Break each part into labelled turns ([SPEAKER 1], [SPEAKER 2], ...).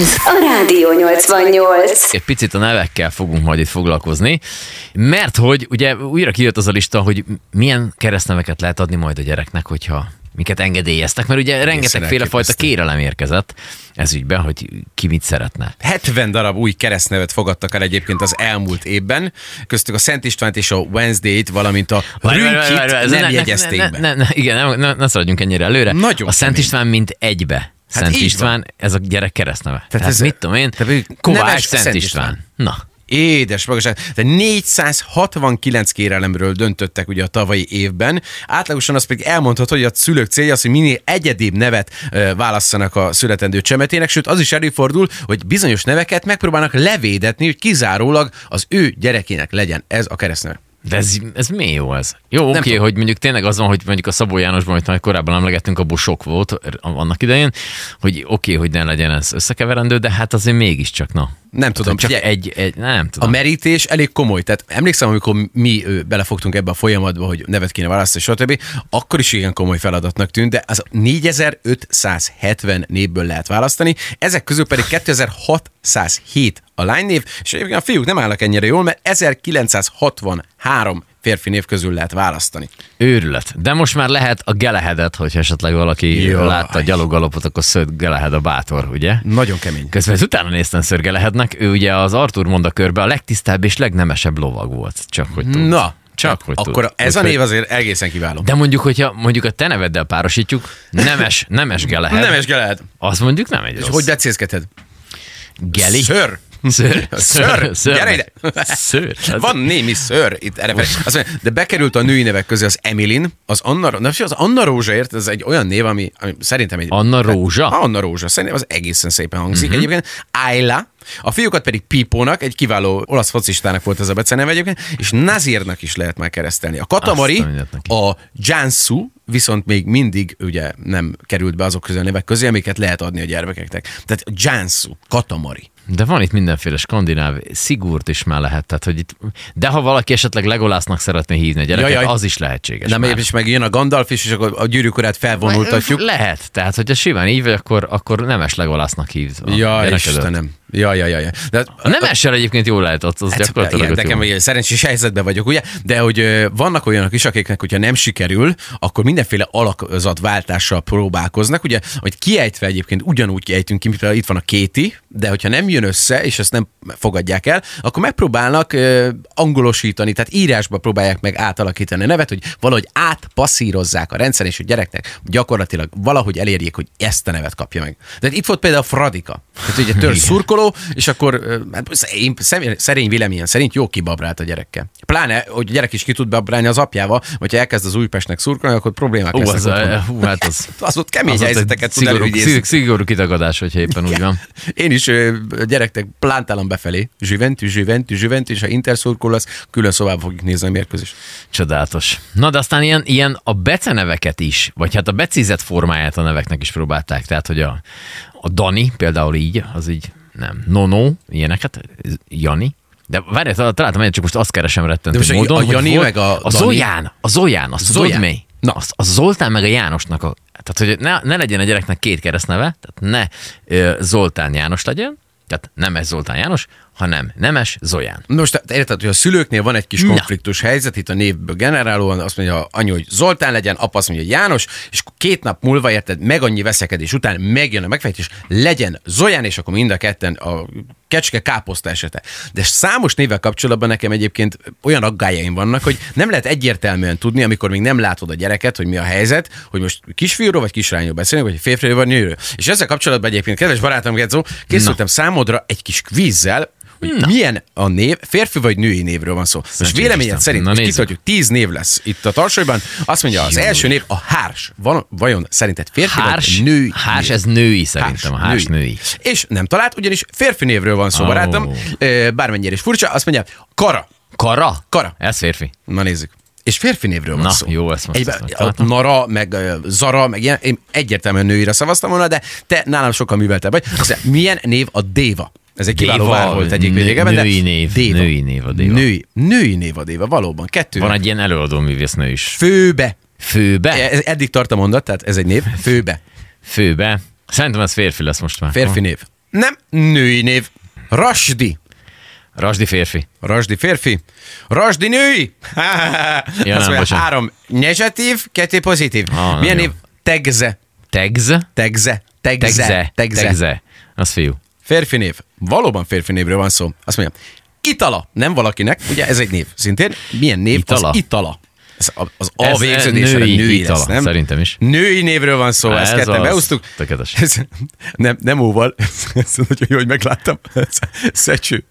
[SPEAKER 1] Ez a Rádió 88.
[SPEAKER 2] Egy picit a nevekkel fogunk majd itt foglalkozni, mert hogy ugye újra kijött az a lista, hogy milyen keresztneveket lehet adni majd a gyereknek, hogyha miket engedélyeztek, mert ugye rengetegféle fajta
[SPEAKER 3] elképesztő.
[SPEAKER 2] kérelem érkezett ez ügyben, hogy ki mit szeretne.
[SPEAKER 3] 70 darab új keresztnevet fogadtak el egyébként az elmúlt évben, köztük a Szent Istvánt és a Wednesday-t, valamint a
[SPEAKER 2] Várj, várj, várj, várj,
[SPEAKER 3] Rünkit
[SPEAKER 2] ez
[SPEAKER 3] nem
[SPEAKER 2] ne-
[SPEAKER 3] jegyezték
[SPEAKER 2] ne,
[SPEAKER 3] be.
[SPEAKER 2] ne, ne, ne, Igen, nem, ne, ne szaladjunk ennyire előre.
[SPEAKER 3] Nagyon
[SPEAKER 2] a Szent
[SPEAKER 3] kemény.
[SPEAKER 2] István mint egybe.
[SPEAKER 3] Hát
[SPEAKER 2] Szent
[SPEAKER 3] így van.
[SPEAKER 2] István, ez a gyerek keresztneve. Tehát, Tehát ez
[SPEAKER 3] ez-
[SPEAKER 2] mit tudom én,
[SPEAKER 3] Tehát mondjuk neves
[SPEAKER 2] Kovács
[SPEAKER 3] a
[SPEAKER 2] Szent,
[SPEAKER 3] Szent
[SPEAKER 2] István.
[SPEAKER 3] István.
[SPEAKER 2] Na,
[SPEAKER 3] Édes magaság. De 469 kérelemről döntöttek ugye a tavalyi évben. Átlagosan azt pedig elmondható, hogy a szülők célja az, hogy minél egyedibb nevet ö, válasszanak a születendő csemetének, sőt az is előfordul, hogy bizonyos neveket megpróbálnak levédetni, hogy kizárólag az ő gyerekének legyen ez a keresztneve.
[SPEAKER 2] de ez, ez mi jó ez? Jó, oké, okay,
[SPEAKER 3] tudom.
[SPEAKER 2] hogy mondjuk tényleg az van, hogy mondjuk a Szabó Jánosban, amit már korábban emlegettünk, abból sok volt r- annak idején, hogy oké, okay, hogy ne legyen ez összekeverendő, de hát azért mégiscsak, na.
[SPEAKER 3] Nem tudom,
[SPEAKER 2] Csak
[SPEAKER 3] figyelj.
[SPEAKER 2] egy, egy, nem
[SPEAKER 3] A
[SPEAKER 2] tudom.
[SPEAKER 3] merítés elég komoly. Tehát emlékszem, amikor mi ö, belefogtunk ebbe a folyamatba, hogy nevet kéne választani, stb. Akkor is igen komoly feladatnak tűnt, de az 4570 névből lehet választani, ezek közül pedig 2607 a lánynév, és egyébként a fiúk nem állnak ennyire jól, mert 1963 férfi név közül lehet választani.
[SPEAKER 2] Őrület. De most már lehet a Gelehedet, hogyha esetleg valaki
[SPEAKER 3] Jaj.
[SPEAKER 2] látta a gyalogalapot, akkor Szőt Gelehed a bátor, ugye?
[SPEAKER 3] Nagyon kemény.
[SPEAKER 2] Közben ez utána néztem Szörge lehetnek, ő ugye az Artur Monda körbe a legtisztább és legnemesebb lovag volt, csak hogy tudsz.
[SPEAKER 3] Na, e-
[SPEAKER 2] csak hogy
[SPEAKER 3] akkor
[SPEAKER 2] tudsz.
[SPEAKER 3] ez a
[SPEAKER 2] Úgyhogy-
[SPEAKER 3] név azért egészen kiváló.
[SPEAKER 2] De mondjuk, hogyha mondjuk a te neveddel párosítjuk, nemes, nemes gelehet,
[SPEAKER 3] Nem
[SPEAKER 2] nemes.
[SPEAKER 3] es lehet.
[SPEAKER 2] az mondjuk nem egy rossz.
[SPEAKER 3] Hogy becézkedted?
[SPEAKER 2] Geli?
[SPEAKER 3] Ször.
[SPEAKER 2] Ször.
[SPEAKER 3] Ször. Gyere ide.
[SPEAKER 2] Ször.
[SPEAKER 3] Hát
[SPEAKER 2] Az-
[SPEAKER 3] Van némi ször itt erre felé. Azt mondja, de bekerült a női nevek közé az Emilin, az Anna, na, az Anna Rózsaért, ez egy olyan név, ami, ami szerintem egy...
[SPEAKER 2] Anna Rózsa?
[SPEAKER 3] Ha, Anna Rózsa, szerintem az egészen szépen hangzik. Uh-huh. Egyébként Ayla, a fiúkat pedig Pipónak, egy kiváló olasz focistának volt ez a beceneve egyébként, és Nazirnak is lehet már keresztelni. A Katamari,
[SPEAKER 2] Azt a mindent neki.
[SPEAKER 3] a Jansu, viszont még mindig ugye nem került be azok közül a nevek közé, amiket lehet adni a gyermekeknek. Tehát Jansu, Katamari.
[SPEAKER 2] De van itt mindenféle skandináv, Szigurt is már lehet, tehát hogy itt, de ha valaki esetleg Legolásznak szeretné hívni a gyereket,
[SPEAKER 3] Jajaj.
[SPEAKER 2] az is lehetséges.
[SPEAKER 3] Nem,
[SPEAKER 2] már.
[SPEAKER 3] és meg jön a Gandalf is, és akkor a gyűrűkorát felvonultatjuk.
[SPEAKER 2] Lehet, tehát hogyha simán így vagy, akkor, akkor nemes Legolásznak hívd. a
[SPEAKER 3] Ja,
[SPEAKER 2] gyerekedet.
[SPEAKER 3] Istenem. Ja, ja, ja. ja. De,
[SPEAKER 2] A nemessel egyébként jól lehet, az, az hát, gyakorlatilag
[SPEAKER 3] hát, igen,
[SPEAKER 2] ott
[SPEAKER 3] nekem
[SPEAKER 2] jó.
[SPEAKER 3] ugye szerencsés helyzetben vagyok, ugye? De hogy ö, vannak olyanok is, akiknek, hogyha nem sikerül, akkor mindenféle alakzatváltással próbálkoznak, ugye, hogy kiejtve egyébként ugyanúgy kiejtünk ki, mint például itt van a Kéti, de hogyha nem jön össze, és ezt nem fogadják el, akkor megpróbálnak ö, angolosítani, tehát írásba próbálják meg átalakítani a nevet, hogy valahogy átpasszírozzák a rendszer, és a gyereknek gyakorlatilag valahogy elérjék, hogy ezt a nevet kapja meg. De hát itt volt például Fradika. Tehát ugye tör szurkoló, és akkor ö, hát én szem- szerény véleményem szerint jó kibabrált a gyerekkel. Pláne, hogy a gyerek is ki tud babrálni az apjával, hogyha elkezd az Újpestnek szurkolni, akkor problémák
[SPEAKER 2] Ú,
[SPEAKER 3] lesznek.
[SPEAKER 2] az,
[SPEAKER 3] otthon.
[SPEAKER 2] hú, hát az,
[SPEAKER 3] az ott kemény
[SPEAKER 2] az
[SPEAKER 3] az
[SPEAKER 2] ott egy
[SPEAKER 3] helyzeteket tud
[SPEAKER 2] szigorú,
[SPEAKER 3] előidézni.
[SPEAKER 2] szig- szigorú kitagadás, hogyha éppen úgy van.
[SPEAKER 3] Én is ö, a gyereknek plántálom befelé. Juventus, Juventus, Juventus, és ha Inter szurkolsz, külön szobába fogjuk nézni a mérkőzést.
[SPEAKER 2] Csodálatos. Na, de aztán ilyen, ilyen a beceneveket is, vagy hát a becézett formáját a neveknek is próbálták. Tehát, hogy a, a Dani például így, az így nem. Nono, ilyeneket, Jani. De várj, találtam egyet, csak most azt keresem rettentő
[SPEAKER 3] De most a-
[SPEAKER 2] módon,
[SPEAKER 3] a
[SPEAKER 2] hogy
[SPEAKER 3] Jani
[SPEAKER 2] volt-
[SPEAKER 3] meg a
[SPEAKER 2] a
[SPEAKER 3] Dani-
[SPEAKER 2] Zoyán, a Zoyán, azt tudod
[SPEAKER 3] Zoyán.
[SPEAKER 2] mi?
[SPEAKER 3] Na.
[SPEAKER 2] Az, az Zoltán meg a Jánosnak a... Tehát, hogy ne, ne legyen a gyereknek két keresztneve, tehát ne ö, Zoltán János legyen, tehát nem ez Zoltán János, hanem nemes Zoyán.
[SPEAKER 3] Nos, tehát érted, hogy a szülőknél van egy kis
[SPEAKER 2] Na.
[SPEAKER 3] konfliktus helyzet, itt a névből generálóan azt mondja anyu, hogy Zoltán legyen, apa azt mondja, hogy János, és akkor két nap múlva érted, meg annyi veszekedés után megjön a megfejtés, legyen Zoyán, és akkor mind a ketten a kecske káposzta esete. De számos névvel kapcsolatban nekem egyébként olyan aggájaim vannak, hogy nem lehet egyértelműen tudni, amikor még nem látod a gyereket, hogy mi a helyzet, hogy most kisfiúról vagy kislányról beszélünk, vagy férfiről vagy nőről. És ezzel kapcsolatban egyébként, kedves barátom Gedzó, készültem számodra egy kis kvízzel, hogy Na. milyen a név, férfi vagy női névről van szó. Most
[SPEAKER 2] Szerencsés
[SPEAKER 3] véleményed
[SPEAKER 2] Isten.
[SPEAKER 3] szerint,
[SPEAKER 2] Na,
[SPEAKER 3] most
[SPEAKER 2] nézzük.
[SPEAKER 3] kitartjuk, tíz név lesz itt a tarsolyban. Azt mondja, az első név a hárs. Van, vajon szerinted férfi
[SPEAKER 2] Hárs,
[SPEAKER 3] vagy női
[SPEAKER 2] hárs
[SPEAKER 3] név?
[SPEAKER 2] ez női szerintem, a hárs női.
[SPEAKER 3] És nem talált, ugyanis férfi névről van szó,
[SPEAKER 2] Ó.
[SPEAKER 3] barátom. Ö, Bármennyire is furcsa, azt mondja, kara.
[SPEAKER 2] Kara?
[SPEAKER 3] Kara.
[SPEAKER 2] Ez férfi.
[SPEAKER 3] Na nézzük. És férfi névről van
[SPEAKER 2] Na,
[SPEAKER 3] szó.
[SPEAKER 2] jó, ezt most
[SPEAKER 3] Egyben,
[SPEAKER 2] ezt
[SPEAKER 3] a
[SPEAKER 2] megtaláltam.
[SPEAKER 3] Nara, meg ö, Zara, meg ilyen, én egyértelműen nőire szavaztam volna, de te nálam sokkal műveltebb vagy. Aztán, milyen név a Déva? Ez egy kiváló
[SPEAKER 2] Déva,
[SPEAKER 3] vár volt egyik
[SPEAKER 2] nő-
[SPEAKER 3] régebben, de
[SPEAKER 2] női név,
[SPEAKER 3] Déva.
[SPEAKER 2] női név a Déva.
[SPEAKER 3] Női, női név a Déva, valóban. Kettő.
[SPEAKER 2] Van egy ilyen előadó művésznő is.
[SPEAKER 3] Főbe.
[SPEAKER 2] Főbe?
[SPEAKER 3] E, Ez, eddig tart a mondat, tehát ez egy név. Főbe.
[SPEAKER 2] Főbe. Szerintem ez férfi lesz most már.
[SPEAKER 3] Férfi név. Nem, női név. Rasdi.
[SPEAKER 2] Rasdi férfi.
[SPEAKER 3] Rasdi férfi. Rasdi női.
[SPEAKER 2] nem,
[SPEAKER 3] Ja, Azt mondja,
[SPEAKER 2] bocsánat.
[SPEAKER 3] három negatív, kettő pozitív.
[SPEAKER 2] Ah, nem
[SPEAKER 3] Milyen
[SPEAKER 2] jó.
[SPEAKER 3] név? Tegze.
[SPEAKER 2] Tegz.
[SPEAKER 3] Tegze. Tegze.
[SPEAKER 2] Tegze. Tegze. Az fiú.
[SPEAKER 3] Férfi név. Valóban férfi névről van szó. Azt mondjam, itala. Nem valakinek, ugye ez egy név. Szintén milyen név
[SPEAKER 2] Itala?
[SPEAKER 3] az itala? Ez a, az A
[SPEAKER 2] Ez, eh,
[SPEAKER 3] végződésre női,
[SPEAKER 2] női
[SPEAKER 3] női
[SPEAKER 2] itala,
[SPEAKER 3] lesz, nem?
[SPEAKER 2] szerintem is.
[SPEAKER 3] Női névről van szó,
[SPEAKER 2] Á,
[SPEAKER 3] ezt
[SPEAKER 2] ez
[SPEAKER 3] ketten
[SPEAKER 2] az.
[SPEAKER 3] beúztuk.
[SPEAKER 2] Tökéletes.
[SPEAKER 3] Ez, nem, nem óval, ez nagyon jó, hogy megláttam. Ez Szecső.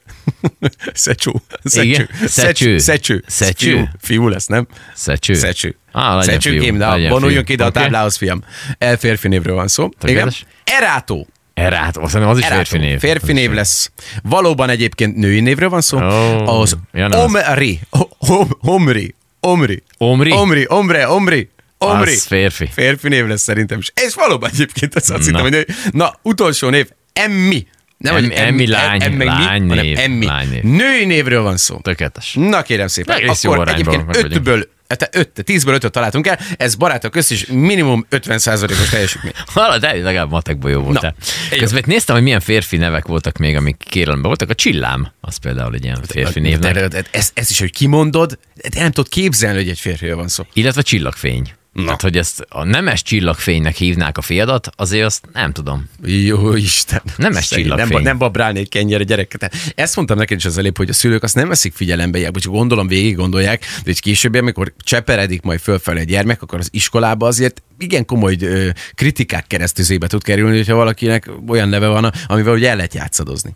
[SPEAKER 3] Szecsó.
[SPEAKER 2] Igen? Szecső.
[SPEAKER 3] Szecső.
[SPEAKER 2] Szecső.
[SPEAKER 3] Fiú, fiú lesz, nem?
[SPEAKER 2] Szecső.
[SPEAKER 3] Szecső.
[SPEAKER 2] Á, legyen fiú,
[SPEAKER 3] Szecsőkém, de
[SPEAKER 2] legyen
[SPEAKER 3] vonuljunk
[SPEAKER 2] fiú.
[SPEAKER 3] ide a
[SPEAKER 2] Oké.
[SPEAKER 3] táblához, fiam. El férfi névről van szó. Igen?
[SPEAKER 2] Tökéletes.
[SPEAKER 3] Erátó.
[SPEAKER 2] Erát, azt hiszem, az is
[SPEAKER 3] Erátó.
[SPEAKER 2] férfi név.
[SPEAKER 3] Férfi név lesz. Valóban egyébként női névről van szó.
[SPEAKER 2] Ó,
[SPEAKER 3] az
[SPEAKER 2] Oh, ja, nem az.
[SPEAKER 3] Omri. Om- Omri. Omri.
[SPEAKER 2] Omri?
[SPEAKER 3] Omri. Omre. Omri. Omri.
[SPEAKER 2] Az férfi.
[SPEAKER 3] Férfi név lesz szerintem is. És valóban egyébként azt azt hittem, hogy női. Na, utolsó név. Emmi. Nem,
[SPEAKER 2] Em-
[SPEAKER 3] hogy
[SPEAKER 2] Emmi lány-
[SPEAKER 3] em- em- meg mi,
[SPEAKER 2] lány
[SPEAKER 3] hanem
[SPEAKER 2] név,
[SPEAKER 3] Emmi.
[SPEAKER 2] lány név.
[SPEAKER 3] Női névről van szó.
[SPEAKER 2] Tökéletes.
[SPEAKER 3] Na kérem szépen,
[SPEAKER 2] Egész jó
[SPEAKER 3] akkor
[SPEAKER 2] arányban
[SPEAKER 3] egyébként
[SPEAKER 2] meg vagyunk.
[SPEAKER 3] ötből, hát öt, tízből ötöt találtunk el, ez barátok közt is minimum 50%-os teljesítmény.
[SPEAKER 2] Hala, de legalább matekból jó voltál.
[SPEAKER 3] Jó.
[SPEAKER 2] Közben itt néztem, hogy milyen férfi nevek voltak még, amik kérelemben voltak. A csillám, az például egy ilyen
[SPEAKER 3] Hát,
[SPEAKER 2] férfi
[SPEAKER 3] De-
[SPEAKER 2] névnek.
[SPEAKER 3] de- de- Ez, ez is, hogy kimondod, de nem tudod képzelni, hogy egy férfiről van szó.
[SPEAKER 2] Illetve csillagfény.
[SPEAKER 3] Na.
[SPEAKER 2] Tehát, hogy ezt a nemes csillagfénynek hívnák a fiadat, azért azt nem tudom.
[SPEAKER 3] Jó Isten.
[SPEAKER 2] Nemes
[SPEAKER 3] Szegény,
[SPEAKER 2] csillagfény.
[SPEAKER 3] Nem, ba- nem babrálni egy kenyere gyerekeket. Ezt mondtam neked is az elép, hogy a szülők azt nem veszik figyelembe, hiába csak gondolom végig gondolják, de hogy később, amikor cseperedik majd fölfelé a gyermek, akkor az iskolába azért igen komoly ö, kritikák keresztüzébe tud kerülni, hogyha valakinek olyan neve van, amivel ugye el lehet játszadozni.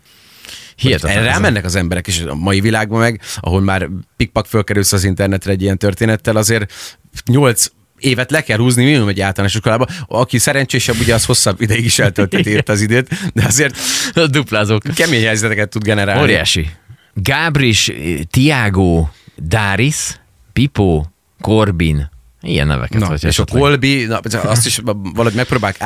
[SPEAKER 2] Hihetetlen.
[SPEAKER 3] Erre
[SPEAKER 2] ez a-
[SPEAKER 3] rámennek az emberek, és a mai világban meg, ahol már pikpak fölkerülsz az internetre egy ilyen történettel, azért nyolc évet le kell húzni minimum egy általános iskolába. Aki szerencsésebb, ugye az hosszabb ideig is eltölteti itt az időt, de azért
[SPEAKER 2] A duplázók.
[SPEAKER 3] kemény helyzeteket tud generálni.
[SPEAKER 2] Óriási. Gábris, Tiago, Dáris, Pipo, Corbin. Ilyen neveket.
[SPEAKER 3] Na,
[SPEAKER 2] hogyha
[SPEAKER 3] és a
[SPEAKER 2] esetleg-
[SPEAKER 3] Kolbi, na, azt is valahogy megpróbálják
[SPEAKER 2] De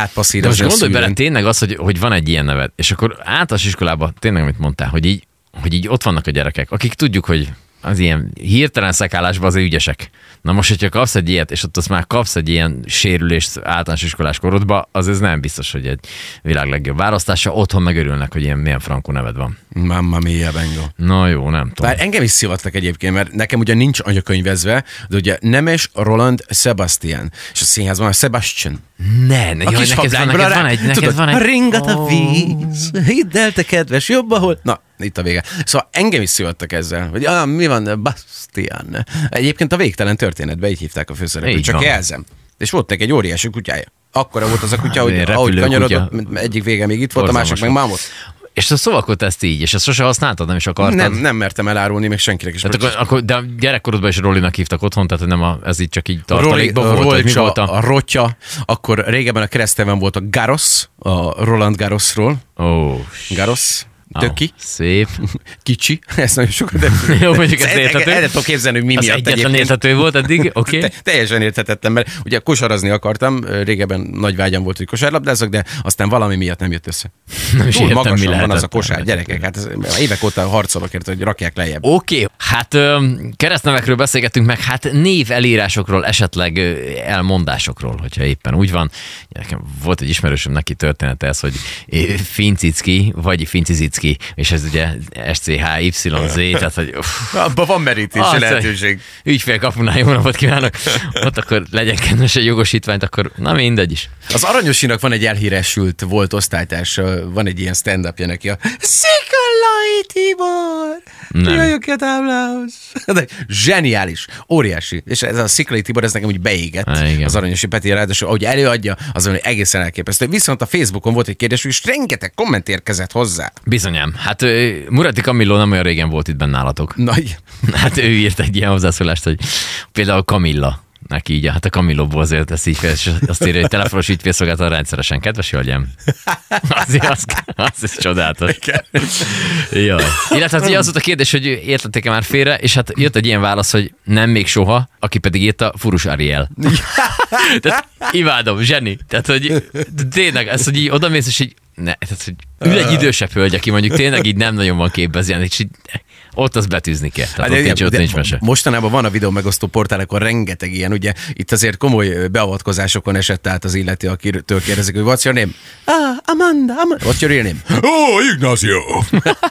[SPEAKER 2] most
[SPEAKER 3] átpasszírozni. a
[SPEAKER 2] gondolj bele
[SPEAKER 3] szűrőn.
[SPEAKER 2] tényleg az, hogy, hogy van egy ilyen neved, és akkor általános iskolában tényleg, amit mondtál, hogy így, hogy így ott vannak a gyerekek, akik tudjuk, hogy az ilyen hirtelen szekálásban azért ügyesek. Na most, hogyha kapsz egy ilyet, és ott azt már kapsz egy ilyen sérülést általános iskolás korodba, az ez nem biztos, hogy egy világ legjobb választása. Otthon megörülnek, hogy ilyen milyen frankó neved van.
[SPEAKER 3] Mamma mia, bengo.
[SPEAKER 2] Na jó, nem tudom.
[SPEAKER 3] Bár engem is szivattak egyébként, mert nekem ugye nincs anyakönyvezve, de ugye Nemes Roland Sebastian, és a színházban a Sebastian.
[SPEAKER 2] Ne, ne,
[SPEAKER 3] A
[SPEAKER 2] jaj,
[SPEAKER 3] kis
[SPEAKER 2] neked van, neked van egy, neked
[SPEAKER 3] tudod,
[SPEAKER 2] van egy...
[SPEAKER 3] ringat a
[SPEAKER 2] Ó.
[SPEAKER 3] víz, hidd el, te kedves, jobb, ahol... Na, itt a vége. Szóval engem is szívattak ezzel, hogy ah, mi van, Bastian. Egyébként a végtelen történetben így hívták a főszereplőt,
[SPEAKER 2] Így
[SPEAKER 3] csak
[SPEAKER 2] van.
[SPEAKER 3] jelzem. És volt neki egy óriási kutyája. Akkora volt az a kutya, hogy
[SPEAKER 2] Ilyen
[SPEAKER 3] ahogy
[SPEAKER 2] repülő
[SPEAKER 3] kanyarodott,
[SPEAKER 2] kutya.
[SPEAKER 3] mint egyik vége még itt volt, a
[SPEAKER 2] Borzalmas
[SPEAKER 3] másik meg
[SPEAKER 2] volt.
[SPEAKER 3] mámot.
[SPEAKER 2] És szóval te szovakolt ezt így, és ezt sose használtad, nem is akartad.
[SPEAKER 3] Nem, nem mertem elárulni még senkinek is.
[SPEAKER 2] Tehát Hát akkor, akkor, de gyerekkorodban is Rolinak hívtak otthon, tehát nem a, ez így csak így
[SPEAKER 3] Roli,
[SPEAKER 2] tartalékban volt, vagy mi
[SPEAKER 3] Rolcsa,
[SPEAKER 2] volt a...
[SPEAKER 3] a rotya, akkor régebben a kereszteven volt a Garosz, a Roland Garosról.
[SPEAKER 2] Ó,
[SPEAKER 3] Garosz,
[SPEAKER 2] s-
[SPEAKER 3] töki.
[SPEAKER 2] á, Szép.
[SPEAKER 3] kicsi, ezt nagyon sokat de
[SPEAKER 2] Jó, mondjuk ez érthető.
[SPEAKER 3] El tudom képzelni, hogy mi
[SPEAKER 2] Az
[SPEAKER 3] miatt
[SPEAKER 2] egyetlen
[SPEAKER 3] egyébként.
[SPEAKER 2] érthető volt eddig, oké?
[SPEAKER 3] Te, teljesen érthetettem, mert ugye kosarazni akartam, ö, régebben nagy vágyam volt, hogy kosárlabdázok, de aztán valami miatt nem jött össze.
[SPEAKER 2] Nem is
[SPEAKER 3] Túl
[SPEAKER 2] értem, mi
[SPEAKER 3] magasan van az a
[SPEAKER 2] lehetett.
[SPEAKER 3] kosár, gyerekek, hát ez, évek óta harcolok ért, hogy rakják lejjebb.
[SPEAKER 2] Oké, okay. hát ö, keresztnevekről beszélgettünk meg, hát név elírásokról, esetleg ö, elmondásokról, hogyha éppen úgy van. Nekem volt egy ismerősöm, neki története ez, hogy ö, Fincicki, vagy Fincizicki, és ez ugye SCHYZ, tehát hogy... Uff,
[SPEAKER 3] Abban van merítési
[SPEAKER 2] Azt,
[SPEAKER 3] lehetőség.
[SPEAKER 2] hogy Ügyfélkapunál jó napot kívánok. Ott akkor legyen kedves egy jogosítványt, akkor na mindegy is.
[SPEAKER 3] Az Aranyosinak van egy elhíresült volt osztálytárs, van egy ilyen stand-upja neki, a Szikalai Tibor!
[SPEAKER 2] Nem.
[SPEAKER 3] Jöjjök a táblához! De zseniális, óriási. És ez a Szikalai Tibor, ez nekem úgy beégett.
[SPEAKER 2] Há, igen.
[SPEAKER 3] Az Aranyosi Peti ráadásul, ahogy előadja, az hogy egészen elképesztő. Viszont a Facebookon volt egy kérdés, és rengeteg komment érkezett hozzá.
[SPEAKER 2] Bizonyám. Hát ö, Murati Kamilló nem olyan régen volt itt bennálatok.
[SPEAKER 3] Nagy.
[SPEAKER 2] Hát ő írt egy ilyen hozzászólást, hogy például Kamilla neki így, hát a Kamillóból azért ezt így fel, és azt írja, hogy telefonos ügyfélszolgáltal rendszeresen. Kedves hölgyem. Azért az, az is csodálatos. Jaj. Illetve hát ugye az volt a kérdés, hogy értették-e már félre, és hát jött egy ilyen válasz, hogy nem még soha, aki pedig írta, Furus Ariel. Tehát imádom, zseni. Tehát, hogy tényleg, ez, hogy így odamész, és így, ne, tehát, hogy Ül egy idősebb hölgy, aki mondjuk tényleg így nem nagyon van képbe az ilyen, és így, ott az betűzni kell. Tehát
[SPEAKER 3] Hát,
[SPEAKER 2] ott nincs,
[SPEAKER 3] de-
[SPEAKER 2] ott
[SPEAKER 3] de
[SPEAKER 2] nincs mese.
[SPEAKER 3] Mostanában van a videó megosztó portálokon rengeteg ilyen, ugye itt azért komoly beavatkozásokon esett át az illető, akitől kérdezik, hogy what's your name? Ah, Amanda, Amanda. What's your real name? Oh, Ignacio.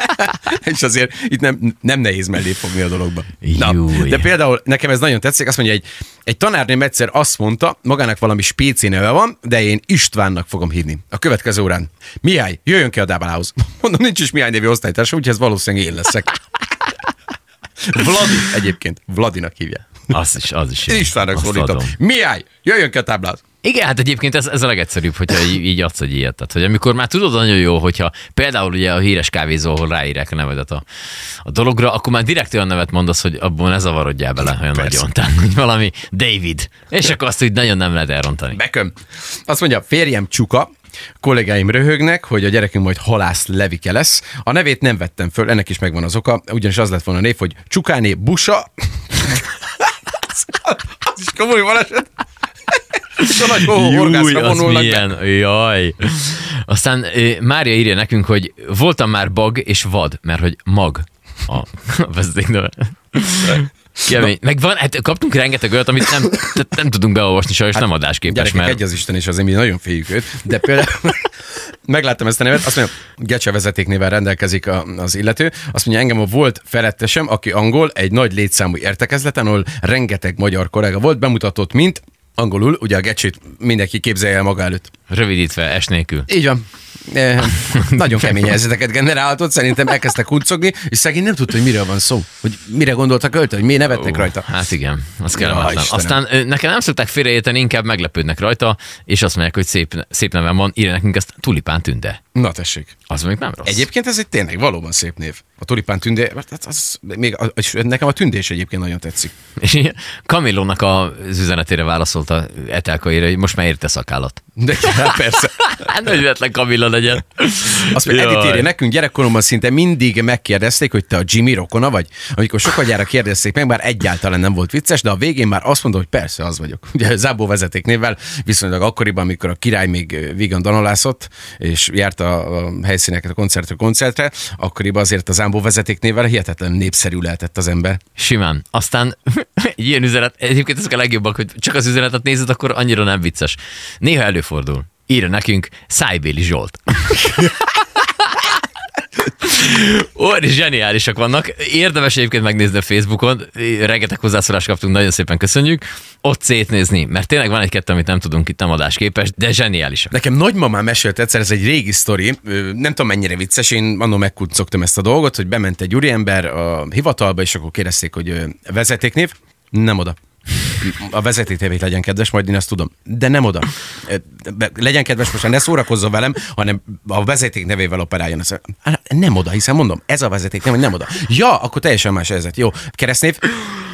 [SPEAKER 3] És azért itt nem, nem nehéz mellé fogni a dologba.
[SPEAKER 2] Júj.
[SPEAKER 3] de például nekem ez nagyon tetszik, azt mondja, egy, egy tanárném egyszer azt mondta, magának valami spéci neve van, de én Istvánnak fogom hívni. A következő órán. Mihály, jöjjön ki a Dábalához. Mondom, nincs is Mihály névi osztálytársam, úgyhogy ez valószínűleg én leszek. Vladi egyébként. Vladinak hívja.
[SPEAKER 2] Az is, az is. jó.
[SPEAKER 3] Istvánnak
[SPEAKER 2] Azt
[SPEAKER 3] szólítom.
[SPEAKER 2] adom.
[SPEAKER 3] Miáj, jöjjön ki a táblához.
[SPEAKER 2] Igen, hát egyébként ez, ez a legegyszerűbb, hogyha így, így adsz egy ilyet. Tehát, hogy amikor már tudod nagyon jó, hogyha például ugye a híres kávézó, ahol ráírják a nevedet a, a dologra, akkor már direkt olyan nevet mondasz, hogy abból ne zavarodjál bele olyan
[SPEAKER 3] Persze.
[SPEAKER 2] nagyon. Tehát, hogy valami David. És akkor azt úgy nagyon nem lehet elrontani.
[SPEAKER 3] Beköm. Azt mondja, férjem csuka, kollégáim röhögnek, hogy a gyerekünk majd halász levike lesz. A nevét nem vettem föl, ennek is megvan az oka, ugyanis az lett volna a név, hogy Csukáné Busa. az is komoly baleset. És a nagy hoho horgászra
[SPEAKER 2] az
[SPEAKER 3] vonulnak be.
[SPEAKER 2] milyen, jaj. Aztán ö, Mária írja nekünk, hogy voltam már bag és vad, mert hogy mag a vezetéknöve. Kemény. Meg van, hát kaptunk rengeteg olyat, amit nem, tehát nem tudunk beolvasni sajnos, hát, nem adásképes,
[SPEAKER 3] Gyerekek,
[SPEAKER 2] mert
[SPEAKER 3] egy az Isten, és azért mi nagyon féljük őt, de például megláttam ezt a nevet, azt mondja, Gecse vezetéknével rendelkezik a, az illető, azt mondja, engem a volt felettesem, aki angol, egy nagy létszámú értekezleten, ahol rengeteg magyar kollega volt, bemutatott, mint angolul, ugye a gecsét mindenki képzelje el maga előtt.
[SPEAKER 2] rövidítve, es nélkül.
[SPEAKER 3] Így van. E, nagyon kemény helyzeteket generálhatott, szerintem elkezdtek kuncogni, és szegény nem tudta, hogy miről van szó, hogy mire gondoltak költő, hogy miért nevetnek rajta.
[SPEAKER 2] Hát igen, az
[SPEAKER 3] Ja,
[SPEAKER 2] kellemetlen.
[SPEAKER 3] Istenem.
[SPEAKER 2] Aztán ö, nekem nem szokták félreérteni, inkább meglepődnek rajta, és azt mondják, hogy szép, szép nevem van, írja nekünk ezt Tulipán Tünde.
[SPEAKER 3] Na tessék.
[SPEAKER 2] Az még nem rossz.
[SPEAKER 3] Egyébként ez egy tényleg valóban szép név. A tulipán tündé, hát az, még a, és nekem a tündés egyébként nagyon tetszik.
[SPEAKER 2] És így Kamillónak az üzenetére válaszolta Etelka írja, hogy most már érte szakállat.
[SPEAKER 3] De hát persze.
[SPEAKER 2] Hát nagy véletlen Kamilla legyen.
[SPEAKER 3] Azt mondja, Edith
[SPEAKER 2] Jaj.
[SPEAKER 3] írja, nekünk gyerekkoromban szinte mindig megkérdezték, hogy te a Jimmy rokona vagy. Amikor sokadjára kérdezték meg, már egyáltalán nem volt vicces, de a végén már azt mondom, hogy persze, az vagyok. Ugye Zábó vezeték névvel viszonylag akkoriban, amikor a király még ö, vígan danolászott, és járt a, a helyszíneket a koncertről koncertre, akkoriban azért a Zábó vezeték névvel hihetetlen népszerű lehetett az ember.
[SPEAKER 2] Simán. Aztán egy ilyen üzenet, egyébként ezek a legjobbak, hogy csak az üzenetet nézed, akkor annyira nem vicces. Néha előfordul. Írja nekünk Szájbéli Zsolt. Olyan zseniálisak vannak. Érdemes egyébként megnézni a Facebookon. Rengeteg hozzászólást kaptunk, nagyon szépen köszönjük. Ott szétnézni, mert tényleg van egy-kettő, amit nem tudunk itt, nem adásképes, de zseniálisak.
[SPEAKER 3] Nekem nagymamám mesélt egyszer, ez egy régi sztori, ö, nem tudom mennyire vicces, én annól megkuncogtam ezt a dolgot, hogy bement egy úriember a hivatalba, és akkor kérdezték, hogy ö, vezetéknév, nem oda. A vezetéknévét legyen kedves, majd én ezt tudom. De nem oda. Ö, be- Legyen kedves, most már ne szórakozzon velem, hanem a vezeték nevével operáljon. Azt mondom, "Hát Nem oda, hiszen mondom, ez a vezeték nem, nem oda. Ja, akkor teljesen más helyzet. Jó, keresztnév,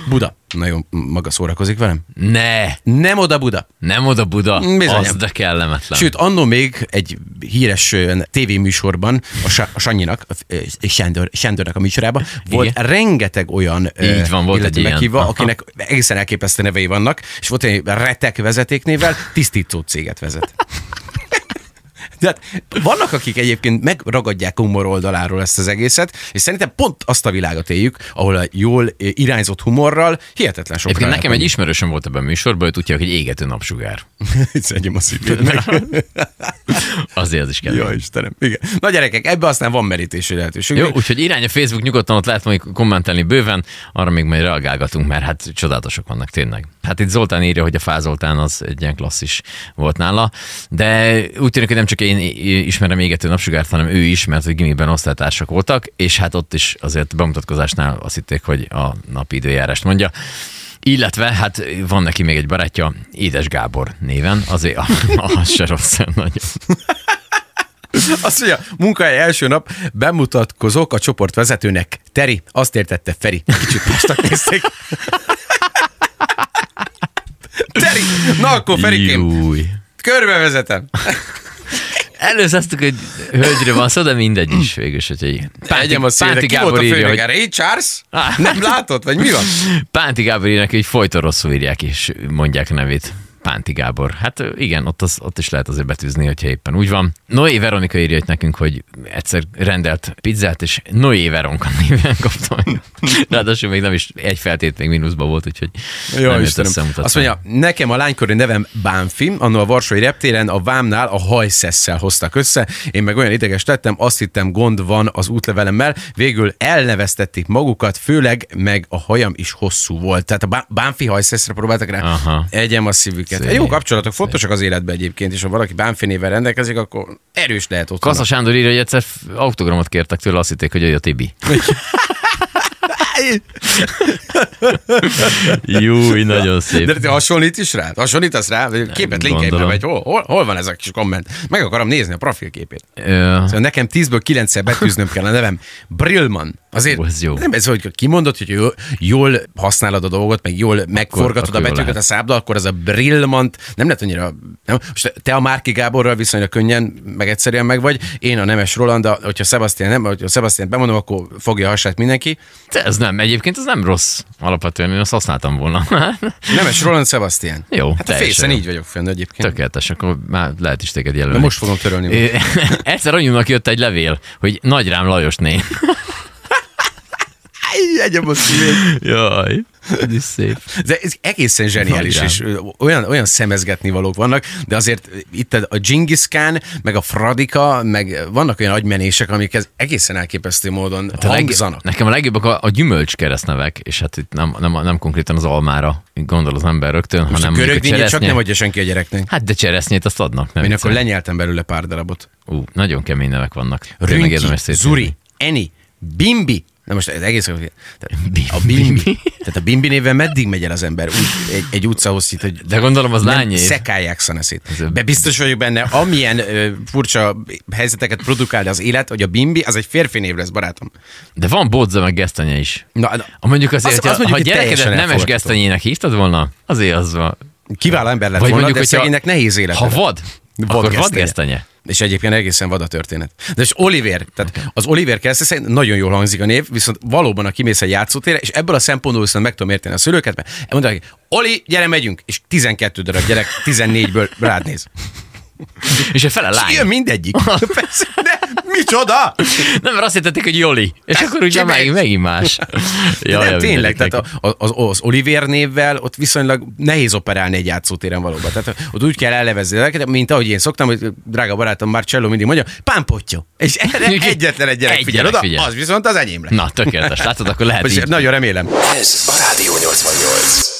[SPEAKER 3] Buda. Na jó, maga szórakozik velem.
[SPEAKER 2] Ne!
[SPEAKER 3] Nem oda Buda.
[SPEAKER 2] Nem oda Buda,
[SPEAKER 3] Bizonyám.
[SPEAKER 2] az de kellemetlen.
[SPEAKER 3] Sőt, annó még egy híres ö, tévéműsorban, a, Sa- a Sanyinak, a F- ö, Sándor, Sándornak a műsorában volt
[SPEAKER 2] Igen.
[SPEAKER 3] rengeteg olyan ö,
[SPEAKER 2] Így van, volt
[SPEAKER 3] illető
[SPEAKER 2] egy ilyen.
[SPEAKER 3] meghívva,
[SPEAKER 2] Aha.
[SPEAKER 3] akinek egészen elképesztő nevei vannak, és volt egy retek vezetéknével tisztító céget vezet. Tehát vannak, akik egyébként megragadják humor oldaláról ezt az egészet, és szerintem pont azt a világot éljük, ahol a jól ö, irányzott humorral hihetetlen sok.
[SPEAKER 2] Egyébként nekem egy ismerősöm volt ebben a műsorban, őt úgy hívják, hogy égető napsugár.
[SPEAKER 3] Szedjem a szívét meg.
[SPEAKER 2] Azért az is kell.
[SPEAKER 3] Jó Istenem, igen. Na gyerekek, ebbe aztán van merítési lehetőség.
[SPEAKER 2] Jó, úgyhogy irány a Facebook, nyugodtan ott lehet majd kommentelni bőven, arra még majd reagálgatunk, mert hát csodálatosak vannak tényleg. Hát itt Zoltán írja, hogy a Fázoltán az egy ilyen klasszis volt nála, de úgy tűnik, hogy nem csak én ismerem égető napsugárt, hanem ő is, mert hogy gimiben osztálytársak voltak, és hát ott is azért bemutatkozásnál azt hitték, hogy a napi időjárást mondja. Illetve, hát van neki még egy barátja, Édes Gábor néven, azért a, a se rossz nagyon.
[SPEAKER 3] Azt mondja, munkahely első nap bemutatkozok a csoportvezetőnek. Teri, azt értette Feri. Kicsit másnak nézték. Teri, na akkor Ferikém,
[SPEAKER 2] Júj.
[SPEAKER 3] körbevezetem.
[SPEAKER 2] Előszeztük, hogy hölgyről van szó, de mindegy is végül is, hogy Pánti,
[SPEAKER 3] Egyem a szélre,
[SPEAKER 2] Pánti
[SPEAKER 3] ki volt a
[SPEAKER 2] Gábor írja, hogy,
[SPEAKER 3] főnöke? Ray Charles?
[SPEAKER 2] Ah.
[SPEAKER 3] Nem látod, vagy mi van?
[SPEAKER 2] Pánti Gábor írja, neki, hogy folyton rosszul írják és mondják a nevét. Pánti Gábor. Hát igen, ott, az, ott is lehet azért betűzni, hogyha éppen úgy van. Noé Veronika írja itt nekünk, hogy egyszer rendelt pizzát, és Noé Veronka néven kaptam. Ráadásul még nem is egy feltét még mínuszba volt, úgyhogy
[SPEAKER 3] Jó,
[SPEAKER 2] nem jött
[SPEAKER 3] Istenem.
[SPEAKER 2] összemutatni.
[SPEAKER 3] Azt mondja, nekem a lánykori nevem Bánfi, annó a Varsói reptéren a vámnál a hajszesszel hoztak össze, én meg olyan ideges lettem, azt hittem gond van az útlevelemmel, végül elneveztették magukat, főleg meg a hajam is hosszú volt. Tehát a Bá- Bánfi hajszeszre próbáltak rá
[SPEAKER 2] Aha.
[SPEAKER 3] egyem a szívüket.
[SPEAKER 2] Szép.
[SPEAKER 3] Jó kapcsolatok fontosak az életben egyébként, és ha valaki Bánfi néven rendelkezik, akkor erős lehet ott.
[SPEAKER 2] Kassa Sándor írja, hogy egyszer f- autogramot kértek tőle, azt hitték, hogy ő a Tibi. Júj, nagyon szép.
[SPEAKER 3] De te hasonlít is rá? Hasonlítasz rá? Képet linkeljbe
[SPEAKER 2] gondolom.
[SPEAKER 3] vagy? Hol, hol, hol van ez a kis komment? Meg akarom nézni a profilképét.
[SPEAKER 2] Ö,
[SPEAKER 3] Szóval nekem 10-ből 9 betűznöm kell a nevem. Brillman. Azért
[SPEAKER 2] Ó, ez jó.
[SPEAKER 3] nem ez, hogy kimondod, hogy jól, jól használod a dolgot, meg jól megforgatod
[SPEAKER 2] akkor
[SPEAKER 3] a
[SPEAKER 2] jó
[SPEAKER 3] betűket
[SPEAKER 2] lehet.
[SPEAKER 3] a szábla, akkor az a Brillmant nem lehet annyira... Nem? Most te a Márki Gáborral viszonylag könnyen, meg egyszerűen meg vagy. Én a Nemes Rolanda, hogyha Sebastian nem, hogyha Sebastian bemondom, akkor fogja a hasát mindenki.
[SPEAKER 2] de ez nem, egyébként ez nem rossz. Alapvetően én azt használtam volna.
[SPEAKER 3] Nemes Roland Sebastian.
[SPEAKER 2] Jó,
[SPEAKER 3] Hát a
[SPEAKER 2] teljesen
[SPEAKER 3] fészen
[SPEAKER 2] jó.
[SPEAKER 3] így vagyok fönn egyébként.
[SPEAKER 2] Tökéletes, akkor már lehet is téged jelölni.
[SPEAKER 3] Na most fogom törölni.
[SPEAKER 2] Ö, Egyszer anyunak jött egy levél, hogy Nagyrám Lajosné.
[SPEAKER 3] Áj, egyem a szívét.
[SPEAKER 2] Jaj, ez is szép.
[SPEAKER 3] De ez egészen zseniális,
[SPEAKER 2] Nagy
[SPEAKER 3] és ö, olyan, olyan szemezgetni valók vannak, de azért itt a a Genghis Khan, meg a Fradika, meg vannak olyan agymenések, amik ez egészen elképesztő módon
[SPEAKER 2] Hát A leg,
[SPEAKER 3] hangzanak.
[SPEAKER 2] nekem a legjobbak a, a gyümölcs keresztnevek, és hát itt nem, nem, nem konkrétan az almára gondol az ember rögtön,
[SPEAKER 3] Most
[SPEAKER 2] hanem
[SPEAKER 3] a
[SPEAKER 2] mondjuk
[SPEAKER 3] görög dinnyét csak
[SPEAKER 2] cseresznye.
[SPEAKER 3] nem adja senki a gyereknek.
[SPEAKER 2] Hát de cseresznyét azt adnak, nem?
[SPEAKER 3] Én
[SPEAKER 2] viccelek.
[SPEAKER 3] akkor lenyeltem belőle pár darabot.
[SPEAKER 2] Ú, nagyon kemény nevek vannak. Tényleg
[SPEAKER 3] Rünki,
[SPEAKER 2] érdemes szétnézni.
[SPEAKER 3] Zuri, Eni, Bimbi. Na most ez egész... tehát A Bimbi. Tehát a Bimbi néven meddig megy el az ember úgy, egy, egy utcahosszít, hogy
[SPEAKER 2] De gondolom az
[SPEAKER 3] nem
[SPEAKER 2] lányé.
[SPEAKER 3] Szekálják szaneszét.
[SPEAKER 2] a-
[SPEAKER 3] De biztos vagyok benne, amilyen ö, furcsa helyzeteket produkál az élet, hogy a bimbi, az egy férfi név lesz, barátom.
[SPEAKER 2] De van bodza meg gesztenye is.
[SPEAKER 3] Na, na
[SPEAKER 2] A mondjuk azért,
[SPEAKER 3] Azt-
[SPEAKER 2] azt,
[SPEAKER 3] azt
[SPEAKER 2] azt
[SPEAKER 3] mondjuk,
[SPEAKER 2] ha
[SPEAKER 3] hogy teljesen
[SPEAKER 2] gyerekedet nemes
[SPEAKER 3] elfogadható.
[SPEAKER 2] gesztenyének hívtad volna, azért az van.
[SPEAKER 3] kiváló ember lett Vagy volna, mondjuk, de szegénynek nehéz élet.
[SPEAKER 2] Ha vad,
[SPEAKER 3] Vad
[SPEAKER 2] akkor vad
[SPEAKER 3] gesztenye.
[SPEAKER 2] gesztenye.
[SPEAKER 3] És egyébként egészen vad a történet. De és Oliver, tehát az Oliver Kelsz, nagyon jól hangzik a név, viszont valóban a kimész egy játszótérre, és ebből a szempontból viszont meg tudom érteni a szülőket, mert mondják, hogy Oli, gyere, megyünk, és 12 darab gyerek, 14-ből rád néz.
[SPEAKER 2] És a fele
[SPEAKER 3] Lány.
[SPEAKER 2] lány.
[SPEAKER 3] Jön mindegyik. Persze, de micsoda?
[SPEAKER 2] Nem, mert azt hittették, hogy Joli. És akkor ugye
[SPEAKER 3] csináld.
[SPEAKER 2] megint, megint más.
[SPEAKER 3] Ja, Hát, nem,
[SPEAKER 2] ja,
[SPEAKER 3] tényleg,
[SPEAKER 2] mindenkinek.
[SPEAKER 3] tehát a, az, az Oliver névvel ott viszonylag nehéz operálni egy játszótéren valóban. Tehát ott úgy kell elevezni ezeket, mint ahogy én szoktam, hogy drága barátom Marcello mindig mondja, pámpottyó. És erre egyetlen egy gyerek
[SPEAKER 2] Egy
[SPEAKER 3] figyel
[SPEAKER 2] gyerek
[SPEAKER 3] oda,
[SPEAKER 2] figyel.
[SPEAKER 3] az viszont az enyém lesz.
[SPEAKER 2] Na, tökéletes. Látod, akkor lehet
[SPEAKER 3] Vagyis
[SPEAKER 2] így.
[SPEAKER 3] Nagyon remélem.
[SPEAKER 4] Ez a Rádió 88.